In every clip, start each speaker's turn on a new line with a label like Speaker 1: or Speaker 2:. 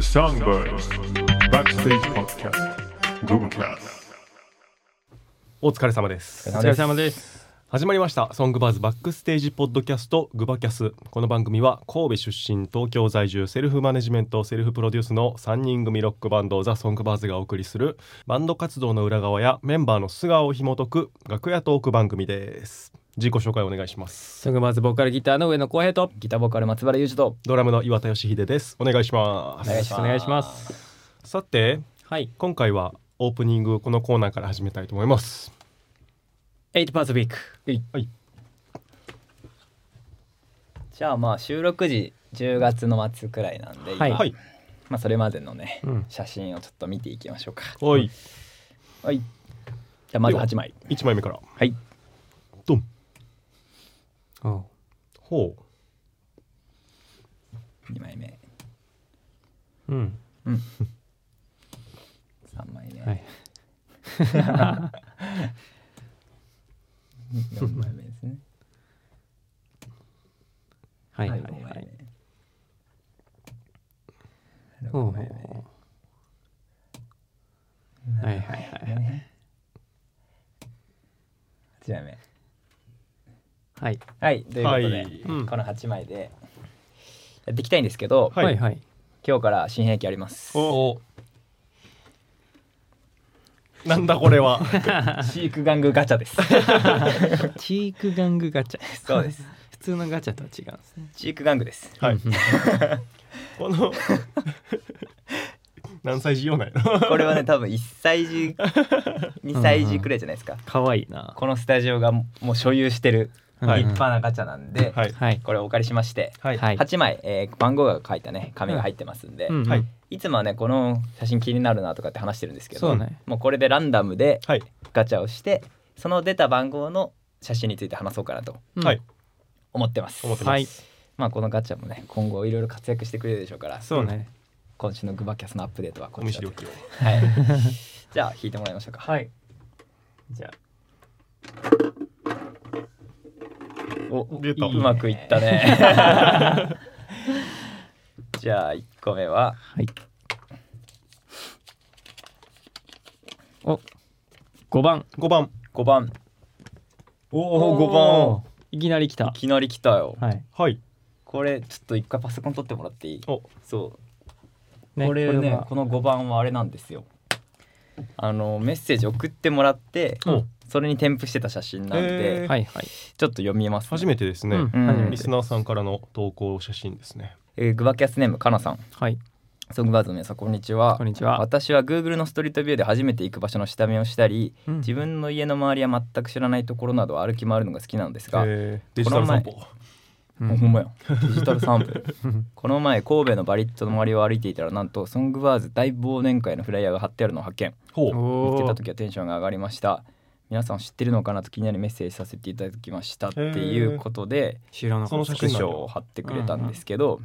Speaker 1: Songbirds Backstage Podcast Googlecast
Speaker 2: お疲れ様です
Speaker 3: お疲れ様です。
Speaker 2: 始まりましたソングバーズバックステージポッドキャストグバキャスこの番組は神戸出身東京在住セルフマネジメントセルフプロデュースの3人組ロックバンドザ・ソングバーズがお送りするバンド活動の裏側やメンバーの素顔を紐解く楽屋トーク番組です自己紹介お願いします
Speaker 3: ソングバーズボーカルギターの上野光平とギターボーカル松原裕二と
Speaker 2: ドラムの岩田義秀ですお願いします
Speaker 3: お願いします。す。
Speaker 2: さて
Speaker 3: はい。
Speaker 2: 今回はオープニングこのコーナーから始めたいと思います
Speaker 3: 8パーツウィーク。
Speaker 2: はい
Speaker 4: じゃあまあ収録時10月の末くらいなんで、
Speaker 3: はい
Speaker 4: 今
Speaker 2: はい
Speaker 4: まあ、それまでのね、
Speaker 2: うん
Speaker 4: 写真をちょっと見ていきましょうか
Speaker 2: はい
Speaker 4: はいじゃあまず8枚
Speaker 2: 1枚目から
Speaker 4: はい
Speaker 2: ドンほう
Speaker 4: 2枚目
Speaker 2: うん
Speaker 4: 3枚目、
Speaker 3: はい
Speaker 4: 4枚目ですね
Speaker 3: はいはいは
Speaker 4: 5枚
Speaker 3: い。
Speaker 4: 目
Speaker 3: おうおうお
Speaker 4: 6
Speaker 3: う
Speaker 4: 枚
Speaker 3: はいはい
Speaker 4: 目
Speaker 3: はい。は
Speaker 4: 8枚目
Speaker 3: い
Speaker 4: はいということで、
Speaker 2: はいうん
Speaker 4: この8枚でやっていきたいんですけど、
Speaker 2: はい
Speaker 3: はいはい。
Speaker 4: 今日から新兵器あります
Speaker 2: おなんだこれは
Speaker 4: 飼育玩具ガチャです
Speaker 3: チーク玩具ガチャ。
Speaker 4: そうです。
Speaker 3: 普通のガチャとは違うんですね。
Speaker 4: 飼育玩具です
Speaker 2: はいこの 何歳児用ない
Speaker 4: これはね多分1歳児2歳児くらいじゃないですか
Speaker 3: 可愛いな。
Speaker 4: このスタジオがもう所有してる
Speaker 2: は
Speaker 4: 立
Speaker 2: い
Speaker 4: 派なガチャなんで、
Speaker 2: はい
Speaker 3: はい。
Speaker 4: これをお借りしまして、
Speaker 2: はい
Speaker 3: はい。
Speaker 4: 8枚、えー番号が書いたね紙が入ってますんで、
Speaker 3: うん
Speaker 2: は
Speaker 3: はいい。
Speaker 4: いつもはねこの写真気になるなとかって話してるんですけど
Speaker 3: そうね
Speaker 4: もうこれでランダムで
Speaker 2: はい
Speaker 4: ガチャをしてその出た番号の写真について話そうかなと
Speaker 3: うん
Speaker 2: はい。
Speaker 4: 思ってます
Speaker 2: 思って
Speaker 3: は
Speaker 2: ま
Speaker 3: い。
Speaker 2: す
Speaker 4: まあこのガチャもね今後いろいろ活躍してくれるでしょうから
Speaker 3: そうね。
Speaker 4: 今週のグバキャスのアップデートは
Speaker 2: お
Speaker 4: こ
Speaker 2: 見
Speaker 4: ちら
Speaker 2: 知りおき
Speaker 4: で
Speaker 2: を
Speaker 4: はい、 じゃあ引いてもらいましょうか
Speaker 3: い。じゃ
Speaker 4: お
Speaker 2: 出た
Speaker 4: うまくいったね じゃあ1個目は
Speaker 3: あはい。お、五番。
Speaker 2: 5番
Speaker 4: 5番おお5
Speaker 3: おー
Speaker 4: 番。
Speaker 3: いきなり来た
Speaker 4: い。きなり来たよ
Speaker 3: はい。
Speaker 2: はい
Speaker 4: これちょっと一回パソコン取ってもらっていい
Speaker 2: お
Speaker 4: そう
Speaker 3: ね
Speaker 4: これねこ
Speaker 3: は
Speaker 4: の5番はあれなんですよあのメッセージ送ってもらって
Speaker 2: うん
Speaker 4: それに添付してた写真なんで、
Speaker 2: へー
Speaker 3: はいはい。
Speaker 4: ちょっと読みます、
Speaker 2: 初
Speaker 4: め
Speaker 2: めてですね、
Speaker 3: うん
Speaker 4: うん
Speaker 3: 初めて
Speaker 2: リスナーさんからの投稿写真ですね
Speaker 4: えーグバキャスネームかなさん
Speaker 3: はい。
Speaker 4: ソングバーズの皆さんこんにちは
Speaker 3: こんにちは。
Speaker 4: 私は Google のストリートビューで初めて行く場所の下見をしたり
Speaker 3: うん
Speaker 4: 自分の家の周りは全く知らないところなどを歩き回るのが好きなのですが、
Speaker 2: えーデジタル散歩
Speaker 3: う
Speaker 4: ほん
Speaker 3: ん
Speaker 4: まやデジタル散歩
Speaker 3: うん
Speaker 4: この前神戸のバリットの周りを歩いていたらなんとソングバーズ大忘年会のフライヤーが貼ってあるのを発見
Speaker 2: ほ
Speaker 3: お
Speaker 2: う
Speaker 4: 見つけ
Speaker 3: ー
Speaker 4: た時はテンションが上がりました皆さん知ってるのかなと気になりメッセージさせていただきましたっていうことで
Speaker 3: 知らな
Speaker 2: そ
Speaker 3: か
Speaker 2: の
Speaker 3: っ
Speaker 2: 写
Speaker 3: た。
Speaker 4: スク
Speaker 2: 真
Speaker 4: シ
Speaker 2: なん
Speaker 4: ョ
Speaker 2: だ
Speaker 4: を貼ってくれたんですけど、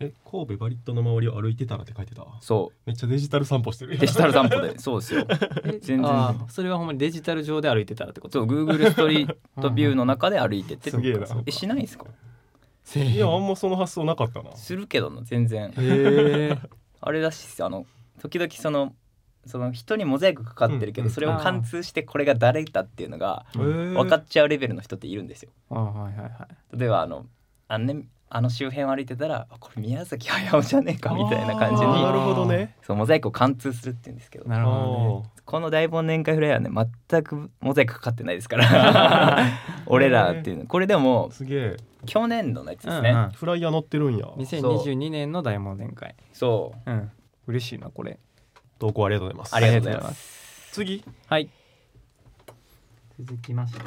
Speaker 2: え神戸バリットの周りを歩いてたらって書いてた
Speaker 4: そ
Speaker 2: めっちゃデジタル散歩してる
Speaker 4: うデジタル散歩でそ うですよ全然
Speaker 3: あーそれはほんまにデジタル上で歩いてたらってこ
Speaker 4: そ
Speaker 3: と
Speaker 4: う Google ス トリートビューの中で歩いてて
Speaker 2: すげえな
Speaker 4: えしないんですか
Speaker 2: いやあんまその発想なかったな
Speaker 4: するけどな全然
Speaker 3: へえ
Speaker 4: あれだしあの時々そのその人にモザイクかかってるけ
Speaker 2: うんう
Speaker 4: ど
Speaker 2: ん
Speaker 4: それを貫通してこれが誰だっていうのが
Speaker 3: え
Speaker 4: 分かっちゃうレベルの人っているんですよ。
Speaker 3: あはいはいはい
Speaker 4: 例えばあのあの,、ね、あの周辺を歩いてたらあこれ宮崎駿じゃねえかみたいな感じ
Speaker 2: あーな
Speaker 4: に
Speaker 2: るほどね
Speaker 4: そうモザイクを貫通するって言うんですけど
Speaker 3: なるほ
Speaker 4: この大忘年会フライヤーはね全くモザイクかかってないですから 俺らっていうのこれでも
Speaker 2: すげえ
Speaker 4: 去年度のやつです
Speaker 3: ど
Speaker 4: ね。
Speaker 3: ね
Speaker 2: フライヤー乗ってるんや
Speaker 3: うんうん2022年の大忘年会
Speaker 4: そう
Speaker 3: うん嬉しいなこれ
Speaker 2: 投稿ありがとうございます
Speaker 4: ありがとうござい
Speaker 3: ありがとうござい
Speaker 4: ま。
Speaker 3: ます
Speaker 2: 次
Speaker 3: はい続きまして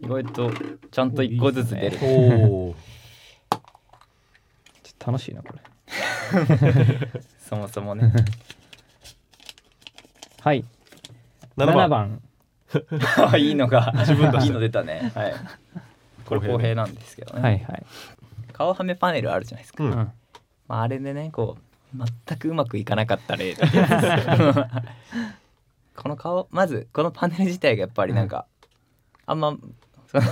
Speaker 4: 意外とちゃんと一個ずつ出る。
Speaker 2: おお
Speaker 3: ちょっと楽しいなこれ
Speaker 4: そもそもね。
Speaker 3: はい
Speaker 2: 7
Speaker 3: 7番
Speaker 2: 番
Speaker 4: あいいのが
Speaker 2: 自分出した
Speaker 4: いいの出たねはいこれ公平なんですけどね、
Speaker 3: はいはい
Speaker 4: 顔はめパネルあるじゃないですか、
Speaker 2: うん
Speaker 3: うん
Speaker 4: まあ、あれでねこう全くうまくいかなかった例って やつですこの顔まずこのパネル自体がやっぱりなんか、あんまその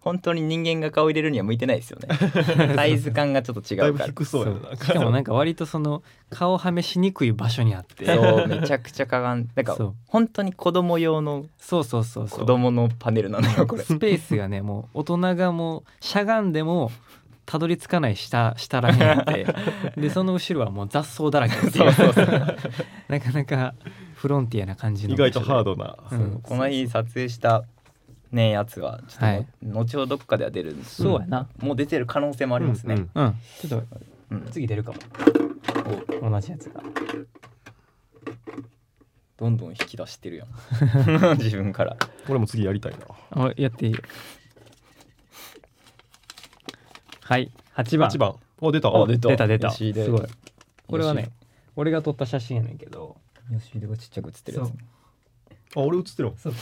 Speaker 4: 本当に人間が顔入れるには向いてないですよね サイズ感がちょっと違
Speaker 2: だいうぶ
Speaker 4: から
Speaker 2: 低そうやななんか
Speaker 5: しかもなんか割とその顔はめしにくい場所にあって
Speaker 4: そうめちゃくちゃかがんなんか
Speaker 5: そう
Speaker 4: 本当に子供用の
Speaker 5: そうそうそうそう
Speaker 4: 子供のパネルなのよこ れ
Speaker 5: スペースがねもう大人がもうしゃがんでもたどり着かない下下らへん あってでその後ろはもう雑草だらけっていう なかなかフロンティアな感じの
Speaker 2: 意外とハー
Speaker 5: ド
Speaker 2: ドな、
Speaker 5: うん
Speaker 2: そう
Speaker 4: この日撮影したねやつはちょっともう、
Speaker 5: はい
Speaker 4: 後ほどどっかでは出るんです
Speaker 5: そうやな
Speaker 4: もう出てる可能性もありますね、
Speaker 2: うんうん
Speaker 5: うんちょっ
Speaker 4: う
Speaker 5: と
Speaker 4: ん
Speaker 5: 次出るかも同じやつが
Speaker 4: どんどん引き出してるや ん自分から
Speaker 2: これも次やりたいな
Speaker 5: あやっていいよはい8番
Speaker 2: 8番あ出た
Speaker 4: あ出た
Speaker 5: 出た出た
Speaker 4: 吉井です
Speaker 5: ごいこれはね
Speaker 4: 吉
Speaker 5: 俺が撮った写真やねんけど
Speaker 4: 吉井でがちっちゃく写ってるやつ
Speaker 5: そう
Speaker 2: あ俺映ってるわ
Speaker 5: そう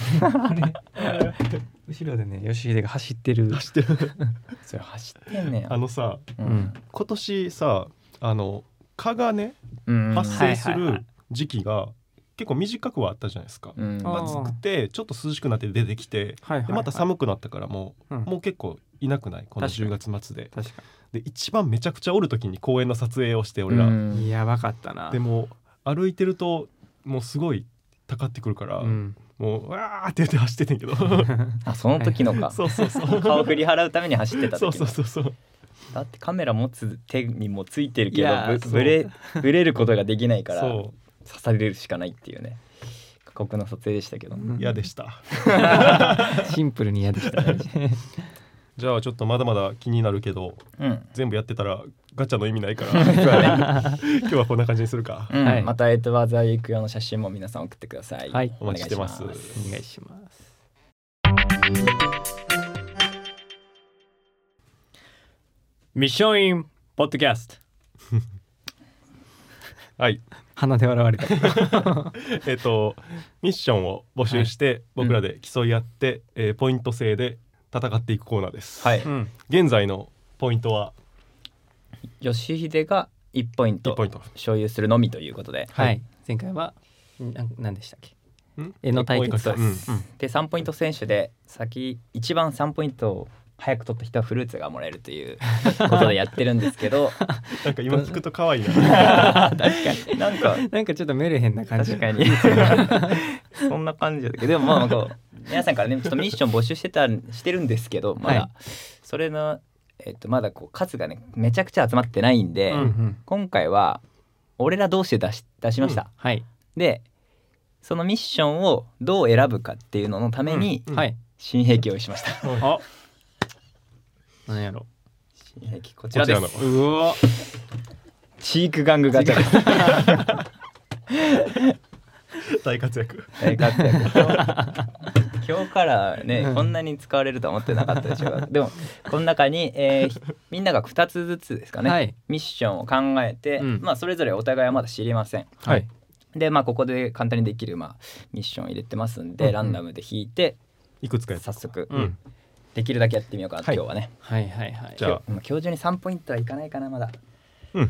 Speaker 5: 後ろでね吉秀が走ってる
Speaker 2: 走ってる
Speaker 4: それ走ってんねや
Speaker 2: あのさ
Speaker 4: う
Speaker 5: うんん
Speaker 2: 今年さあの蚊がね
Speaker 4: うん
Speaker 2: 発生す
Speaker 5: はいはいは
Speaker 2: る
Speaker 5: い
Speaker 2: 時期が結構短くはあったじゃないですか、
Speaker 4: うん
Speaker 5: あ
Speaker 2: 暑くてちょっと涼しくなって出てきて
Speaker 5: はい
Speaker 2: でまた寒くなったからもう、
Speaker 5: うん
Speaker 2: もう結構いなくないこの
Speaker 5: 確か
Speaker 2: 10
Speaker 5: に
Speaker 2: 月末で
Speaker 5: 確か
Speaker 2: で一番めちゃくちゃおる時に公園の撮影をして俺ら、
Speaker 4: うん
Speaker 5: にやばかったな
Speaker 2: でも歩いてるともうすごいたかってくるから、
Speaker 5: うん、
Speaker 2: もうわーって言って走っててんけど
Speaker 4: あその時のか、
Speaker 2: そうそうそう
Speaker 4: 顔振り払うために走ってた時
Speaker 2: そ
Speaker 4: の
Speaker 2: うそうそうそう
Speaker 4: だってカメラ持つ手にもついてるけ
Speaker 5: い
Speaker 4: ど
Speaker 5: やー
Speaker 4: ぶ
Speaker 5: そう
Speaker 4: ぶれぶれることができないから
Speaker 2: そ
Speaker 4: 刺されるしかないっていうね過酷な撮影でしたけど、
Speaker 5: うん
Speaker 2: う嫌でした
Speaker 5: シンプルに嫌でしたね
Speaker 2: じゃあちょっとまだまだ気になるけど
Speaker 4: うん
Speaker 2: 全部やってたらガチャの意味ないから今日はこんな感じにするか
Speaker 4: うん
Speaker 5: はい
Speaker 4: また「エイトバーザーウィーク」用の写真も皆さん送ってください、
Speaker 5: はい
Speaker 2: お待ちしてます
Speaker 4: お願いし
Speaker 5: お願いしますミッションインポッドキャスト
Speaker 2: はい
Speaker 5: 鼻で笑われた
Speaker 2: えっとミッションを募集して僕らで競い合って、えーポイント制で戦っていくコーナーです、
Speaker 4: はい
Speaker 5: うん
Speaker 2: 現在のポイントは
Speaker 4: 吉秀が1ポイン
Speaker 2: 1
Speaker 4: ト
Speaker 2: ポイント
Speaker 4: 所有するのみということで、
Speaker 5: はい、前回はなん何でしたっけ
Speaker 2: ん
Speaker 5: 絵の対決
Speaker 2: 追いかけうん
Speaker 4: で3ポイント選手で先一番3ポイントを早く取った人はフルーツがもらえるということでやってるんですけど
Speaker 2: なんか今聞くと可愛いな
Speaker 4: 確かになんか
Speaker 5: なんかちょっとメルヘンな感じ
Speaker 4: 確かにそんな 感じだけどでもまあこう 皆さんからねちょっとミッション募集してたしてるんですけどまだ、
Speaker 5: はい
Speaker 4: それの、えっとまだこう数がねめちゃくちゃ集まってないんで、
Speaker 5: うんうん
Speaker 4: 今回は俺ら同士で出し出しました、
Speaker 5: はい
Speaker 4: でそのミッションをどう選ぶかっていうののために
Speaker 2: うん
Speaker 5: はい
Speaker 4: 新兵器を用意しました、
Speaker 5: あなんやろ
Speaker 4: 新兵器こち
Speaker 2: こ
Speaker 4: ら
Speaker 2: ち
Speaker 4: で
Speaker 2: ら
Speaker 4: す
Speaker 2: の
Speaker 5: うわ
Speaker 4: チーク玩具ガチャです
Speaker 2: 大活躍
Speaker 4: 大活躍今日からね、
Speaker 5: うん
Speaker 4: こんなに使われるとは思ってなかったでしょうがでもこの中に、えーひみんなが2つずつですかね、
Speaker 5: はい
Speaker 4: ミッションを考えて、
Speaker 5: うん
Speaker 4: まあ、それぞれお互いはまだ知りません
Speaker 5: はい
Speaker 4: でまあここで簡単にできる、まあ、ミッションを入れてますんで、
Speaker 5: うん
Speaker 4: ランダムで引いて
Speaker 2: いくつかやった
Speaker 4: 早速、
Speaker 2: うん
Speaker 4: できるだけやってみようかな、
Speaker 2: はい
Speaker 4: 今日はね
Speaker 5: はいはいはい
Speaker 2: じゃあ
Speaker 4: まあ今日中に3ポイントはいかないかなまだ
Speaker 2: うん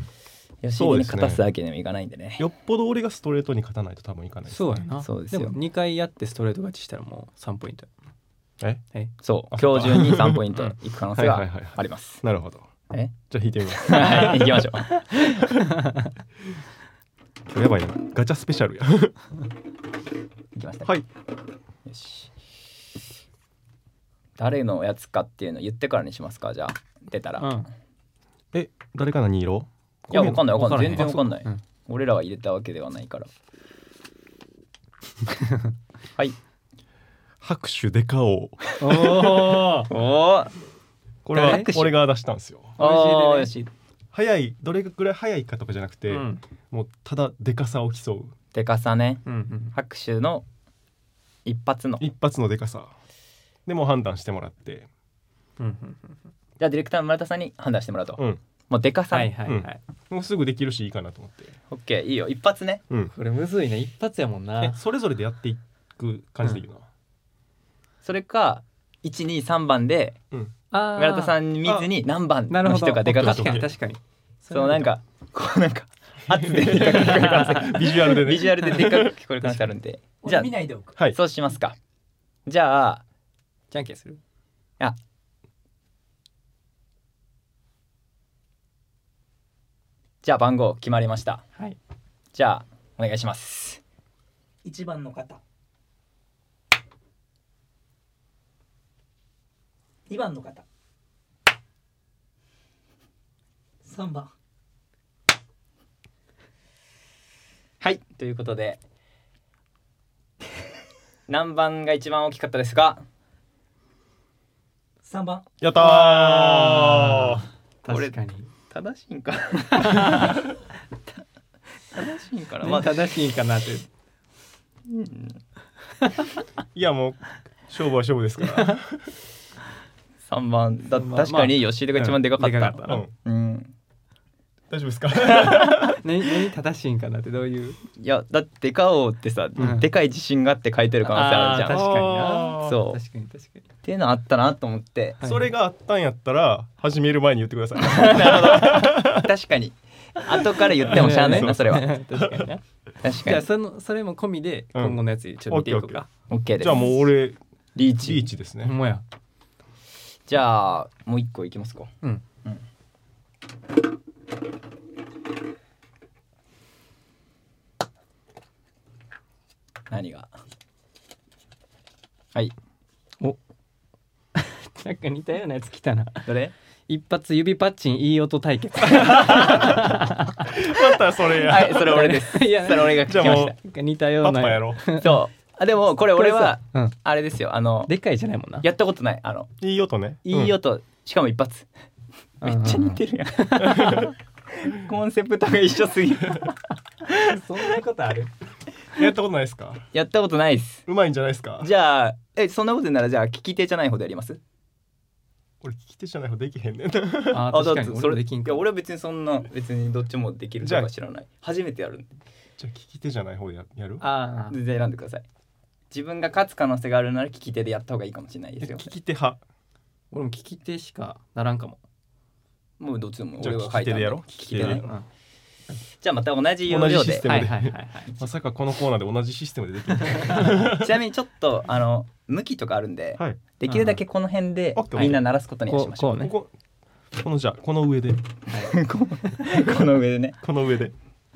Speaker 4: 吉
Speaker 2: そう
Speaker 4: 井
Speaker 2: で
Speaker 4: に
Speaker 2: すね
Speaker 4: 勝たすわけにもいかないんでね
Speaker 2: よっぽど俺がストレートに勝たないと多分いかない
Speaker 5: そうやな
Speaker 4: そうですよ
Speaker 5: も2回やってストレート勝ちしたらもう3ポイント
Speaker 2: え
Speaker 5: え
Speaker 4: そう
Speaker 2: あ
Speaker 4: 今日中に3ポイントいく可能性
Speaker 2: はい
Speaker 4: が
Speaker 2: はいはいはい
Speaker 4: あります
Speaker 2: なるほど
Speaker 4: え
Speaker 2: じゃあ引いてみます
Speaker 4: はい行きましょ う
Speaker 2: やばいなガチャスペシャルや
Speaker 4: 行きました
Speaker 2: はい
Speaker 4: よし誰のやつかっていうの言ってからにしますかじゃあ出たら、
Speaker 5: う
Speaker 4: い
Speaker 5: ん
Speaker 2: え誰か何色
Speaker 4: やわかんないわかんない
Speaker 5: わ
Speaker 4: 全
Speaker 5: か
Speaker 4: 然
Speaker 5: らへん
Speaker 4: わかんない、
Speaker 5: うん
Speaker 4: 俺らは入れたわけではないから はい
Speaker 2: 拍手でかおう
Speaker 5: おお
Speaker 4: おお
Speaker 2: これは
Speaker 4: 拍手
Speaker 2: 俺が出したんですよ
Speaker 4: あーよし
Speaker 2: 早いどれぐらい早いかとかじゃなくて、
Speaker 5: うん
Speaker 2: もうただでかさを競う
Speaker 4: でかさね
Speaker 5: うんうん
Speaker 4: 拍手の一発のじ
Speaker 2: 一発のでかさでもう判断してもらって
Speaker 5: うんうん
Speaker 4: ゃあディレクターの村田さんに判断してもらうと、
Speaker 2: うん
Speaker 4: もうでかさ、
Speaker 5: はいはいはい
Speaker 2: もうすぐできるしいいかなと思って
Speaker 4: オッケーいいよ一発ね
Speaker 2: うん
Speaker 5: これむずいね一発やもん
Speaker 2: え
Speaker 5: な
Speaker 2: それぞれでやっていく感じでいいな、
Speaker 4: それか123番で
Speaker 5: あ
Speaker 4: 村田さ
Speaker 5: ん
Speaker 4: ん見ずに何番
Speaker 5: なる
Speaker 4: の
Speaker 5: ほど
Speaker 4: 人がでかかった
Speaker 5: 確かに確かに
Speaker 4: そのなんかこうなんか圧ででかく聞こえる可能性
Speaker 2: ビジュアル でね
Speaker 4: ビジュアルででっかく聞こえる可能性あるんで。じゃあ、
Speaker 5: ないでおく
Speaker 2: はい
Speaker 4: そうしますか。じゃあ、
Speaker 5: じゃんけんする
Speaker 4: あ、じゃあ番号決まりました
Speaker 6: はい
Speaker 4: じゃあお願いします
Speaker 6: 一番の方二番の方三番
Speaker 4: はいということで 何番が一番大きかったですか
Speaker 6: 三番
Speaker 2: やったー
Speaker 4: これ
Speaker 5: 確かに、
Speaker 4: 正しいんか正しいんかな、
Speaker 5: ね
Speaker 4: まあ
Speaker 5: 正しいかなという
Speaker 2: いやもう勝負は勝負ですから、
Speaker 4: 3番だ
Speaker 5: まあ
Speaker 4: 確かに吉出が一番でかかった,、
Speaker 5: でかかった
Speaker 2: う、
Speaker 5: なん
Speaker 4: うん
Speaker 2: 大丈夫ですか
Speaker 5: 何何正しいんかなってどういう
Speaker 4: いやだってでかおってさ、
Speaker 5: うん
Speaker 4: でかい自信があって書いてる可能性あるじゃん
Speaker 5: あー確かに
Speaker 2: あー
Speaker 5: な
Speaker 4: そう
Speaker 5: 確かに確かに
Speaker 4: っていうのあったなと思って
Speaker 5: はい
Speaker 2: それがあったんやったら始める前に言ってください
Speaker 4: 確かに後から言ってもしゃあ ないなそれは
Speaker 5: 確かにな
Speaker 4: 確か
Speaker 5: じゃあ
Speaker 4: に
Speaker 5: そのそれも込みで
Speaker 2: うん
Speaker 5: 今後のやつちょっと見ていこうか、
Speaker 4: OK です
Speaker 2: じゃあもう俺
Speaker 4: リーチ
Speaker 2: リーチですね、
Speaker 5: ほんまや
Speaker 4: じゃあもう一個いきますか
Speaker 5: うん
Speaker 4: 何がはい
Speaker 5: なんか似たようなやつ来たな
Speaker 4: どれ
Speaker 5: 一発指パッチンいい音対決
Speaker 2: またそれや、
Speaker 4: はいそれ俺 です
Speaker 5: いや
Speaker 4: それ俺が聞き
Speaker 2: じゃ
Speaker 4: ま
Speaker 2: あも
Speaker 4: し
Speaker 2: う
Speaker 5: なんか似たよ
Speaker 2: パ
Speaker 5: うな
Speaker 2: ッパやろう
Speaker 4: たそうあでもこれ
Speaker 5: これ
Speaker 4: 俺は
Speaker 5: さうん、
Speaker 4: あれですよあの
Speaker 5: でかいじゃないもんな
Speaker 4: やったことないあの
Speaker 2: いい音ね
Speaker 4: いい音、しかも一発めっちゃ似てるやんコンセプトが一緒すぎ る
Speaker 5: そんなことある
Speaker 2: うんやったことないですか
Speaker 4: やったことないです
Speaker 2: うまいんじゃないですか
Speaker 4: じゃあえそんなこと言うならじゃあ聞き手じゃない方でやります
Speaker 2: 俺聞き手じゃない方できへんねん
Speaker 5: あー確か
Speaker 4: だっ
Speaker 5: に
Speaker 4: て
Speaker 5: 俺もできん
Speaker 4: い
Speaker 5: か
Speaker 4: や俺は別にそんな別にどっちもできると
Speaker 2: じゃ
Speaker 4: か
Speaker 2: あ
Speaker 4: 知らない初めてやるんで
Speaker 2: じゃあ聞き手じゃない方ややる
Speaker 5: あー
Speaker 4: 全然選んでください自分が勝つ可能性があるなら聞き手でやった方がいいかもしれないですよ
Speaker 2: 聞き手派
Speaker 5: 俺も聞き手しかならんかも、
Speaker 4: もうどっちでも
Speaker 2: じゃあ
Speaker 4: 俺が書いたん
Speaker 2: 聞き手でやろう
Speaker 4: 聞
Speaker 2: 聞き
Speaker 4: き
Speaker 2: 手
Speaker 4: 手
Speaker 2: で
Speaker 4: で
Speaker 2: や
Speaker 5: うん
Speaker 2: ろ
Speaker 5: は
Speaker 4: じゃあまた同じ要
Speaker 2: 同じ
Speaker 4: 領
Speaker 2: シ
Speaker 4: で
Speaker 2: ステ
Speaker 5: い
Speaker 2: ム
Speaker 5: は
Speaker 2: で
Speaker 5: いはいはい
Speaker 2: まさかこのコーナーで同じシステムでできる
Speaker 4: ちなみにちょっとあの向きとかあるんで、
Speaker 2: はい
Speaker 4: できるだけこの辺で
Speaker 2: うんうん
Speaker 4: みんな鳴らすことには
Speaker 5: こ
Speaker 4: しま
Speaker 5: う
Speaker 4: しょ
Speaker 5: こ
Speaker 4: う
Speaker 5: うね
Speaker 2: こここのじゃあこの上で
Speaker 4: この上でね
Speaker 2: この上で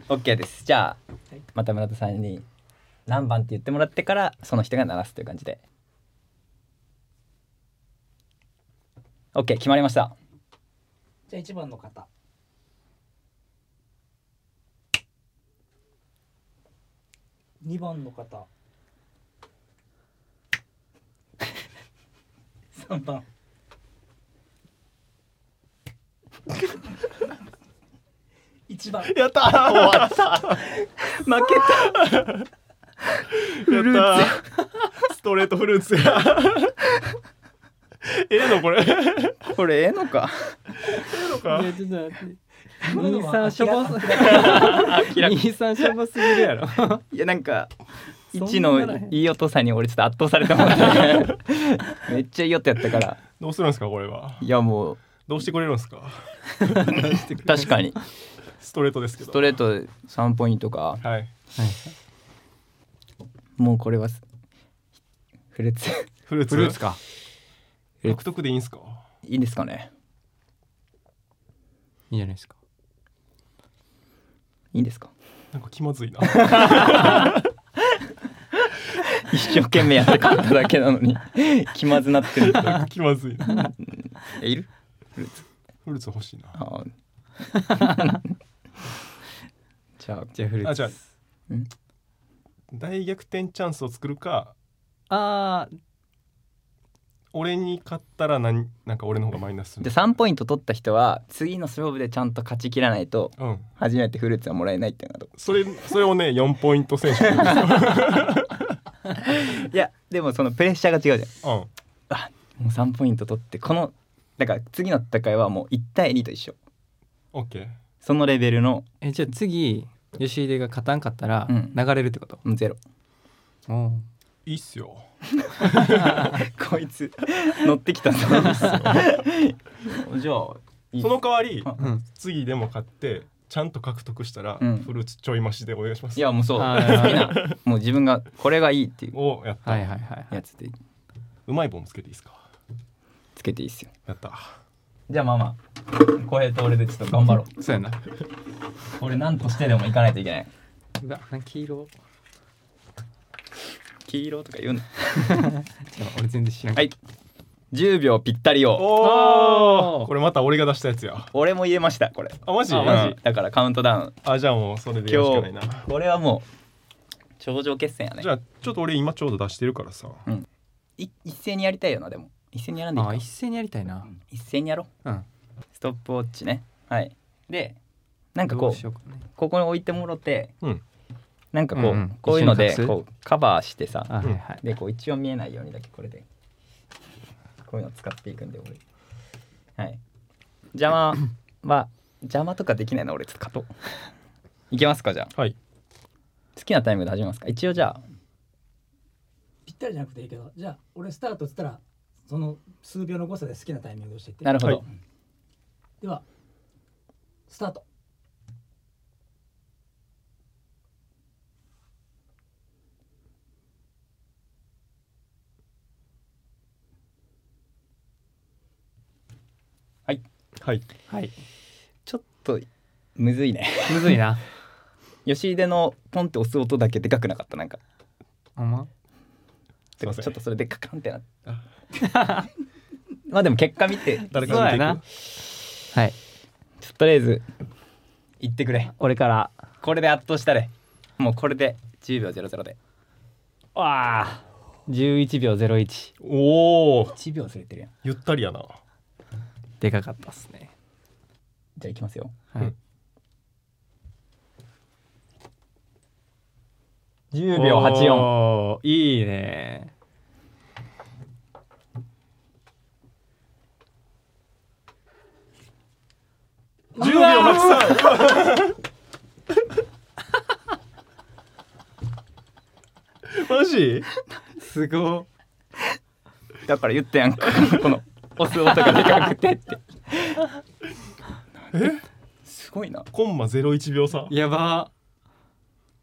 Speaker 4: OK ですじゃあまた村田さんに何番って言ってもらってからその人が鳴らすという感じで OK 決まり ました
Speaker 6: じゃあ一番の方二番の方三番一番
Speaker 2: やったー終わった
Speaker 4: 負けた
Speaker 2: フルーツストレートフルーツや ええのこれ
Speaker 4: これええの か
Speaker 5: いやちょっと待って
Speaker 6: 今のは
Speaker 5: 23しょぼす
Speaker 4: 明らか
Speaker 5: 23しょぼすぎるやろ
Speaker 4: いやなんか
Speaker 5: そんな
Speaker 4: 一のいい音さに俺ちょっと圧倒されたもんねめっちゃいい音やったから
Speaker 2: どうするんですかこれはい
Speaker 4: やもう
Speaker 2: どうしてくれるんですか
Speaker 4: 確かに
Speaker 2: ストレートですけど
Speaker 4: ストレート3ポイントか
Speaker 2: はい
Speaker 4: もうこれはすフルーツ
Speaker 2: フルーツ
Speaker 5: フルーツか
Speaker 2: 独特でいいんすか
Speaker 4: いいですかね
Speaker 5: いいじゃないですか
Speaker 4: いいんですか
Speaker 2: なんか気まずいな
Speaker 4: 一生懸命やってかっただけなのに気まずなってる
Speaker 2: なんか気まずいな
Speaker 4: えいる
Speaker 2: フルーツ欲しいな
Speaker 4: あー じゃあ
Speaker 5: じゃあフルーツ
Speaker 2: あじゃあ
Speaker 4: うん
Speaker 2: 大逆転チャンスを作るか
Speaker 5: あー
Speaker 2: 俺に勝ったら何なんか俺の方がマイナス
Speaker 4: で3ポイント取った人は次の勝負でちゃんと勝ち切らないと
Speaker 2: うん
Speaker 4: 初めてフルーツはもらえないっていうのが
Speaker 2: それそれをね4ポイント選手 うん
Speaker 4: いやでもそのプレッシャーが違うじ
Speaker 2: あ
Speaker 4: ゃんもう3ポイント取ってこのだから次の戦いはもう1対2と一緒
Speaker 2: オッケー
Speaker 4: そのレベルの
Speaker 5: えじゃあ次吉出が勝たんかったら
Speaker 4: うん
Speaker 5: 流れるってこと、
Speaker 4: うんゼロ
Speaker 5: おう
Speaker 2: いいっすよ
Speaker 4: こいつ乗ってきたぞ じゃあいい
Speaker 2: その代わり
Speaker 4: あ
Speaker 5: うん
Speaker 2: 次でも買ってちゃんと獲得したら、
Speaker 4: うん
Speaker 2: フルーツちょい増しでお願いします
Speaker 4: いやもうそう
Speaker 5: あ
Speaker 4: 好
Speaker 5: ー
Speaker 4: きなもう自分がこれがいいっていう
Speaker 2: をやった、
Speaker 5: はいはいはい
Speaker 4: やつで
Speaker 2: うまい棒もつけていいですか
Speaker 4: つけていいっすよ
Speaker 2: やった
Speaker 4: じゃあまあまあこうやって俺でちょっと頑張ろう
Speaker 5: そうやな
Speaker 4: 俺なんとしてでも行かないといけないう
Speaker 5: わ黄色
Speaker 4: 黄色とか言うの
Speaker 5: 違う俺全然知らん
Speaker 4: はい10秒ぴったりを
Speaker 2: お
Speaker 5: お
Speaker 2: お
Speaker 5: ー
Speaker 2: これまた俺が出したやつや
Speaker 4: 俺も言えましたこれ
Speaker 2: あマジ
Speaker 4: あマジだからカウントダウン
Speaker 2: あじゃあもうそれでやるしか
Speaker 4: 今
Speaker 2: ないな
Speaker 4: 日これはもう頂上決戦やね
Speaker 2: じゃあちょっと俺今ちょうど出してるからさ
Speaker 4: い一斉にやりたいよなでも一斉にやらんでいい
Speaker 5: あ
Speaker 4: か
Speaker 5: 一斉にやりたいな
Speaker 4: 一斉にやろう
Speaker 5: うん
Speaker 4: ストップウォッチねはいでなんか
Speaker 5: どう
Speaker 4: こ
Speaker 5: し
Speaker 4: う
Speaker 5: ようかね
Speaker 4: ここに置いてもろて、
Speaker 2: うん
Speaker 4: なんかこう、
Speaker 5: うんうん
Speaker 4: こういうので
Speaker 5: 一緒に隠す
Speaker 4: こうカバーしてさ
Speaker 5: あはいはい
Speaker 4: でこう一応見えないようにだけこれでこういうの使っていくんで俺はい邪魔は邪魔とかできないな俺ちょっと勝とういけますかじゃあ
Speaker 2: はい
Speaker 4: 好きなタイムで始めますか一応じゃあ
Speaker 6: ぴったりじゃなくていいけどじゃあ俺スタートっつったらその数秒の誤差で好きなタイミングをしていって
Speaker 4: なるほど、
Speaker 2: は
Speaker 6: ではスタート
Speaker 2: はい
Speaker 5: はい
Speaker 4: ちょっとむずいね
Speaker 5: むずい な
Speaker 4: 吉出のポンって押す音だけでかくなかったなんか
Speaker 5: ほんます
Speaker 2: いません
Speaker 4: ちょっとそれでカカンってな まあでも結果見て
Speaker 2: 誰
Speaker 5: そう
Speaker 2: か
Speaker 5: や
Speaker 2: 見
Speaker 5: な
Speaker 2: て
Speaker 5: はい
Speaker 4: ちょっととりあえず言ってくれ
Speaker 5: 俺から
Speaker 4: これで圧倒したれもうこれで10秒00で
Speaker 5: わあ11秒01
Speaker 2: いくおお
Speaker 4: 1秒ずれてるやん
Speaker 2: ゆったりやな
Speaker 5: でかかったっすね
Speaker 4: じゃあいきますよ
Speaker 5: はい
Speaker 4: 10秒84
Speaker 5: おーいいね
Speaker 2: 10秒83マジ
Speaker 5: すご
Speaker 4: だから言った やんかこの押す音がでかくてってすごいな
Speaker 2: コンマ01秒差
Speaker 5: やば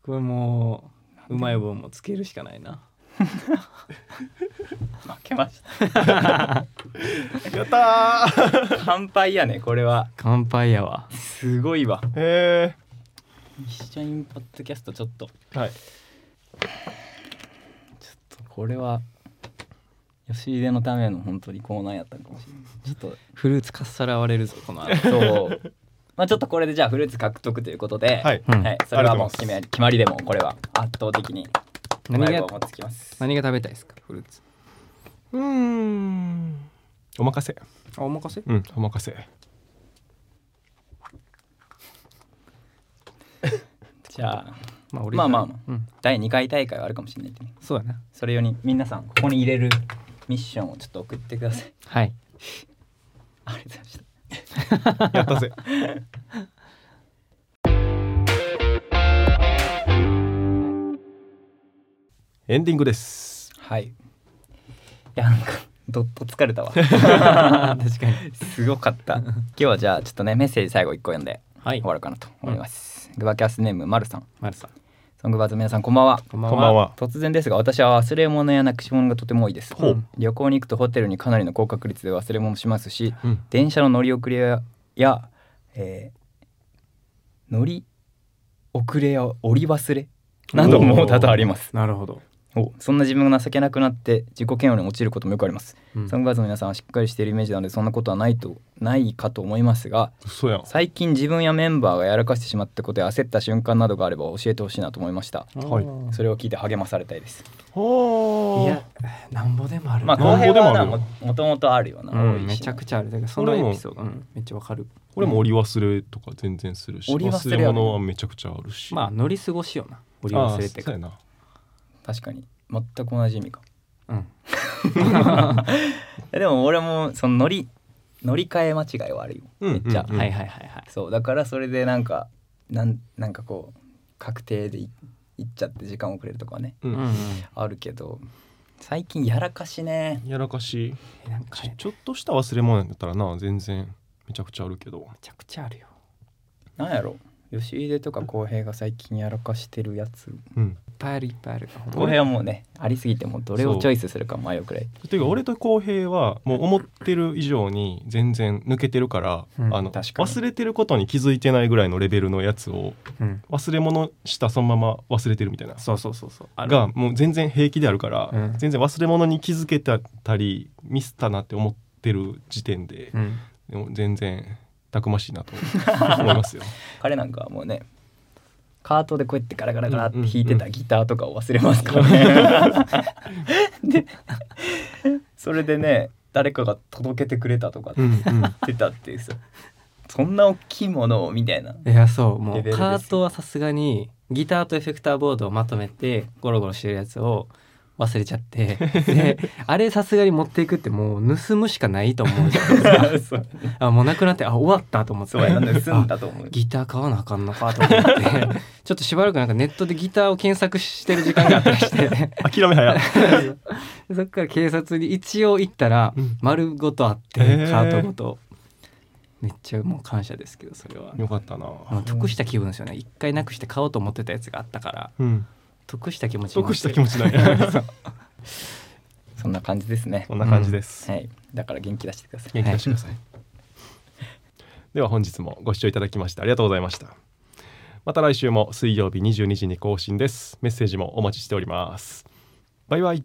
Speaker 5: これもううまい棒もつけるしかないな
Speaker 4: 負けました
Speaker 2: やったー
Speaker 4: 乾杯やねこれは
Speaker 5: 乾杯やわ
Speaker 4: すごいわ
Speaker 2: へ
Speaker 4: 一緒にポッドキャストちょっとちょ
Speaker 2: えはい
Speaker 4: っとこれは吉出のための本当にコーナーやったのかもしれないちょっと
Speaker 5: フルーツかっさらわれるぞこの後
Speaker 4: そう。まあちょっとこれでじゃあフルーツ獲得ということで、
Speaker 2: はい
Speaker 5: う
Speaker 4: それは
Speaker 5: ん
Speaker 4: も
Speaker 2: ありがとうございま
Speaker 4: う
Speaker 2: す
Speaker 4: 決め決まりでもうこれは圧倒的に
Speaker 5: 何が
Speaker 4: うまい棒を持ってきます。
Speaker 5: 何が食べたいですかフルーツ
Speaker 2: うーんお任せ
Speaker 5: あお任せ
Speaker 2: うんお任せ
Speaker 4: じゃあ
Speaker 5: まあ俺
Speaker 4: まあまあまあ
Speaker 5: あうん
Speaker 4: 第2回大会はあるかもしれないってね。
Speaker 5: そうやな
Speaker 4: それより皆さんここに入れるミッションをちょっと送ってください。
Speaker 5: はい
Speaker 4: ありがとうございました。
Speaker 2: やったぜエンディングです
Speaker 4: はい。いやなんかどっと疲れた わ。
Speaker 5: 確かに
Speaker 4: すごか った。今日はじゃあちょっとねメッセージ最後一個読んで
Speaker 5: はい
Speaker 4: 終わるかなと思います。グバキャスネームまるさん、
Speaker 5: マルさん
Speaker 4: ソングバーズ皆さんこんばんは。
Speaker 5: こんば
Speaker 2: こんばんは
Speaker 4: 突然ですが私は忘れ物やなくし物がとても多いです、
Speaker 5: ほう
Speaker 4: 旅行に行くとホテルにかなりの高確率で忘れ物しますし、
Speaker 2: うん
Speaker 4: 電車の乗り遅れやや、えー乗り遅れや降り忘れなども多々あります
Speaker 5: なるほど
Speaker 4: おそんな自分が情けなくなって自己嫌悪に陥ることもよくあります、
Speaker 5: うん
Speaker 4: サングラスの皆さんはしっかりしているイメージなのでそんなことはないとないかと思いますが
Speaker 2: そうやん
Speaker 4: 最近自分やメンバーがやらかしてしまったことや焦った瞬間などがあれば教えてほしいなと思いました
Speaker 2: はい
Speaker 4: それを聞いて励まされたいです
Speaker 2: お
Speaker 5: いやなんぼでもある
Speaker 4: まあ
Speaker 2: な
Speaker 4: 後
Speaker 2: んぼ
Speaker 4: 輩
Speaker 2: でも
Speaker 4: は
Speaker 2: あ
Speaker 4: な
Speaker 2: るよ
Speaker 4: ももともとあるよな、
Speaker 5: うん、
Speaker 4: 多い
Speaker 5: め
Speaker 4: し
Speaker 5: ち
Speaker 4: な
Speaker 5: ゃくちゃあるだからその
Speaker 2: 俺も
Speaker 5: エピソード、うん、めっちゃわかる
Speaker 2: 俺も折り忘れとか全然するし
Speaker 4: 折り
Speaker 2: 忘
Speaker 4: 忘れ
Speaker 2: れ
Speaker 4: やね
Speaker 2: 物はめちゃくちゃあるし
Speaker 5: まあ乗り過ごしよな折り忘れ
Speaker 2: あ
Speaker 5: て
Speaker 2: ーそう
Speaker 5: か
Speaker 2: やな
Speaker 4: 確かに全く同じ意味か
Speaker 5: うん
Speaker 4: でも俺もその乗り乗り換え間違いはあるよ
Speaker 2: うん
Speaker 4: めっちゃ、
Speaker 2: うんうん
Speaker 5: はいはいはいはい
Speaker 4: そうだからそれでなんかなんなんかこう確定でい行っちゃって時間遅れるとかはね
Speaker 2: う
Speaker 5: うんん、うん、
Speaker 4: あるけど最近やらかしね
Speaker 2: やらかし
Speaker 5: えなんか
Speaker 2: ち
Speaker 5: め
Speaker 2: ちょっとした忘れ物やったらな全然めちゃくちゃあるけど
Speaker 5: ちゃくちゃあるよ
Speaker 4: なんやろ吉出とか浩平が最近やらかしてるやつ
Speaker 2: うん
Speaker 5: いっぱいあるいっぱいある
Speaker 4: 浩平はもうねありすぎてもうどれをチョイスするか迷うくらい
Speaker 2: ていうか俺と浩平はもう思ってる以上に全然抜けてるから、
Speaker 5: うん
Speaker 2: あの
Speaker 4: 確かに
Speaker 2: 忘れてることに気づいてないぐらいのレベルのやつを
Speaker 5: うん
Speaker 2: 忘れ物したそのまま忘れてるみたいな
Speaker 5: そうそうそうそうある
Speaker 2: がもう全然平気であるから、
Speaker 5: うん
Speaker 2: 全然忘れ物に気づけたりミスったなって思ってる時点で
Speaker 5: う、ん
Speaker 2: でも全然たくましいなと 思いますよ。
Speaker 4: 彼なんかはもうねカートでこうやってガラガラガラって弾いてたギターとかを忘れますからね。でそれでね誰かが届けてくれたとかって
Speaker 2: うんうん
Speaker 4: 言ってたっていうさそんな大きいものをみたいない
Speaker 5: やそうも
Speaker 4: レ
Speaker 5: う
Speaker 4: ベルです
Speaker 5: カートはさすがにギターとエフェクターボードをまとめてゴロゴロしてるやつを忘れちゃって であれさすがに持っていくってもう盗むしかないと思うじゃないですか
Speaker 4: そう
Speaker 5: あもうなくなってあ終わったと思って
Speaker 4: そうやな盗んだと思
Speaker 5: あ
Speaker 4: う。
Speaker 5: ギター買わなあかんのかと思って ちょっとしばらくなんかネットでギターを検索してる時間があったりして
Speaker 2: 諦め早い。
Speaker 5: そっから警察に一応行ったら
Speaker 2: うん
Speaker 5: 丸ごとあって、
Speaker 2: へえ
Speaker 5: カートごとめっちゃもう感謝ですけどそれは。
Speaker 2: よかったな。
Speaker 5: もう得した気分ですよね一回なくして買おうと思ってたやつがあったから
Speaker 2: うん、
Speaker 5: 得した気持ちになって
Speaker 2: 得した気持ちない。 そ
Speaker 4: そんな感じですね。
Speaker 2: んな感じです。
Speaker 4: はい。だから元気出してください。
Speaker 2: 元気出してください。では本日もご視聴いただきましてありがとうございました。また来週も水曜日22時に更新です。メッセージもお待ちしております。バイバイ。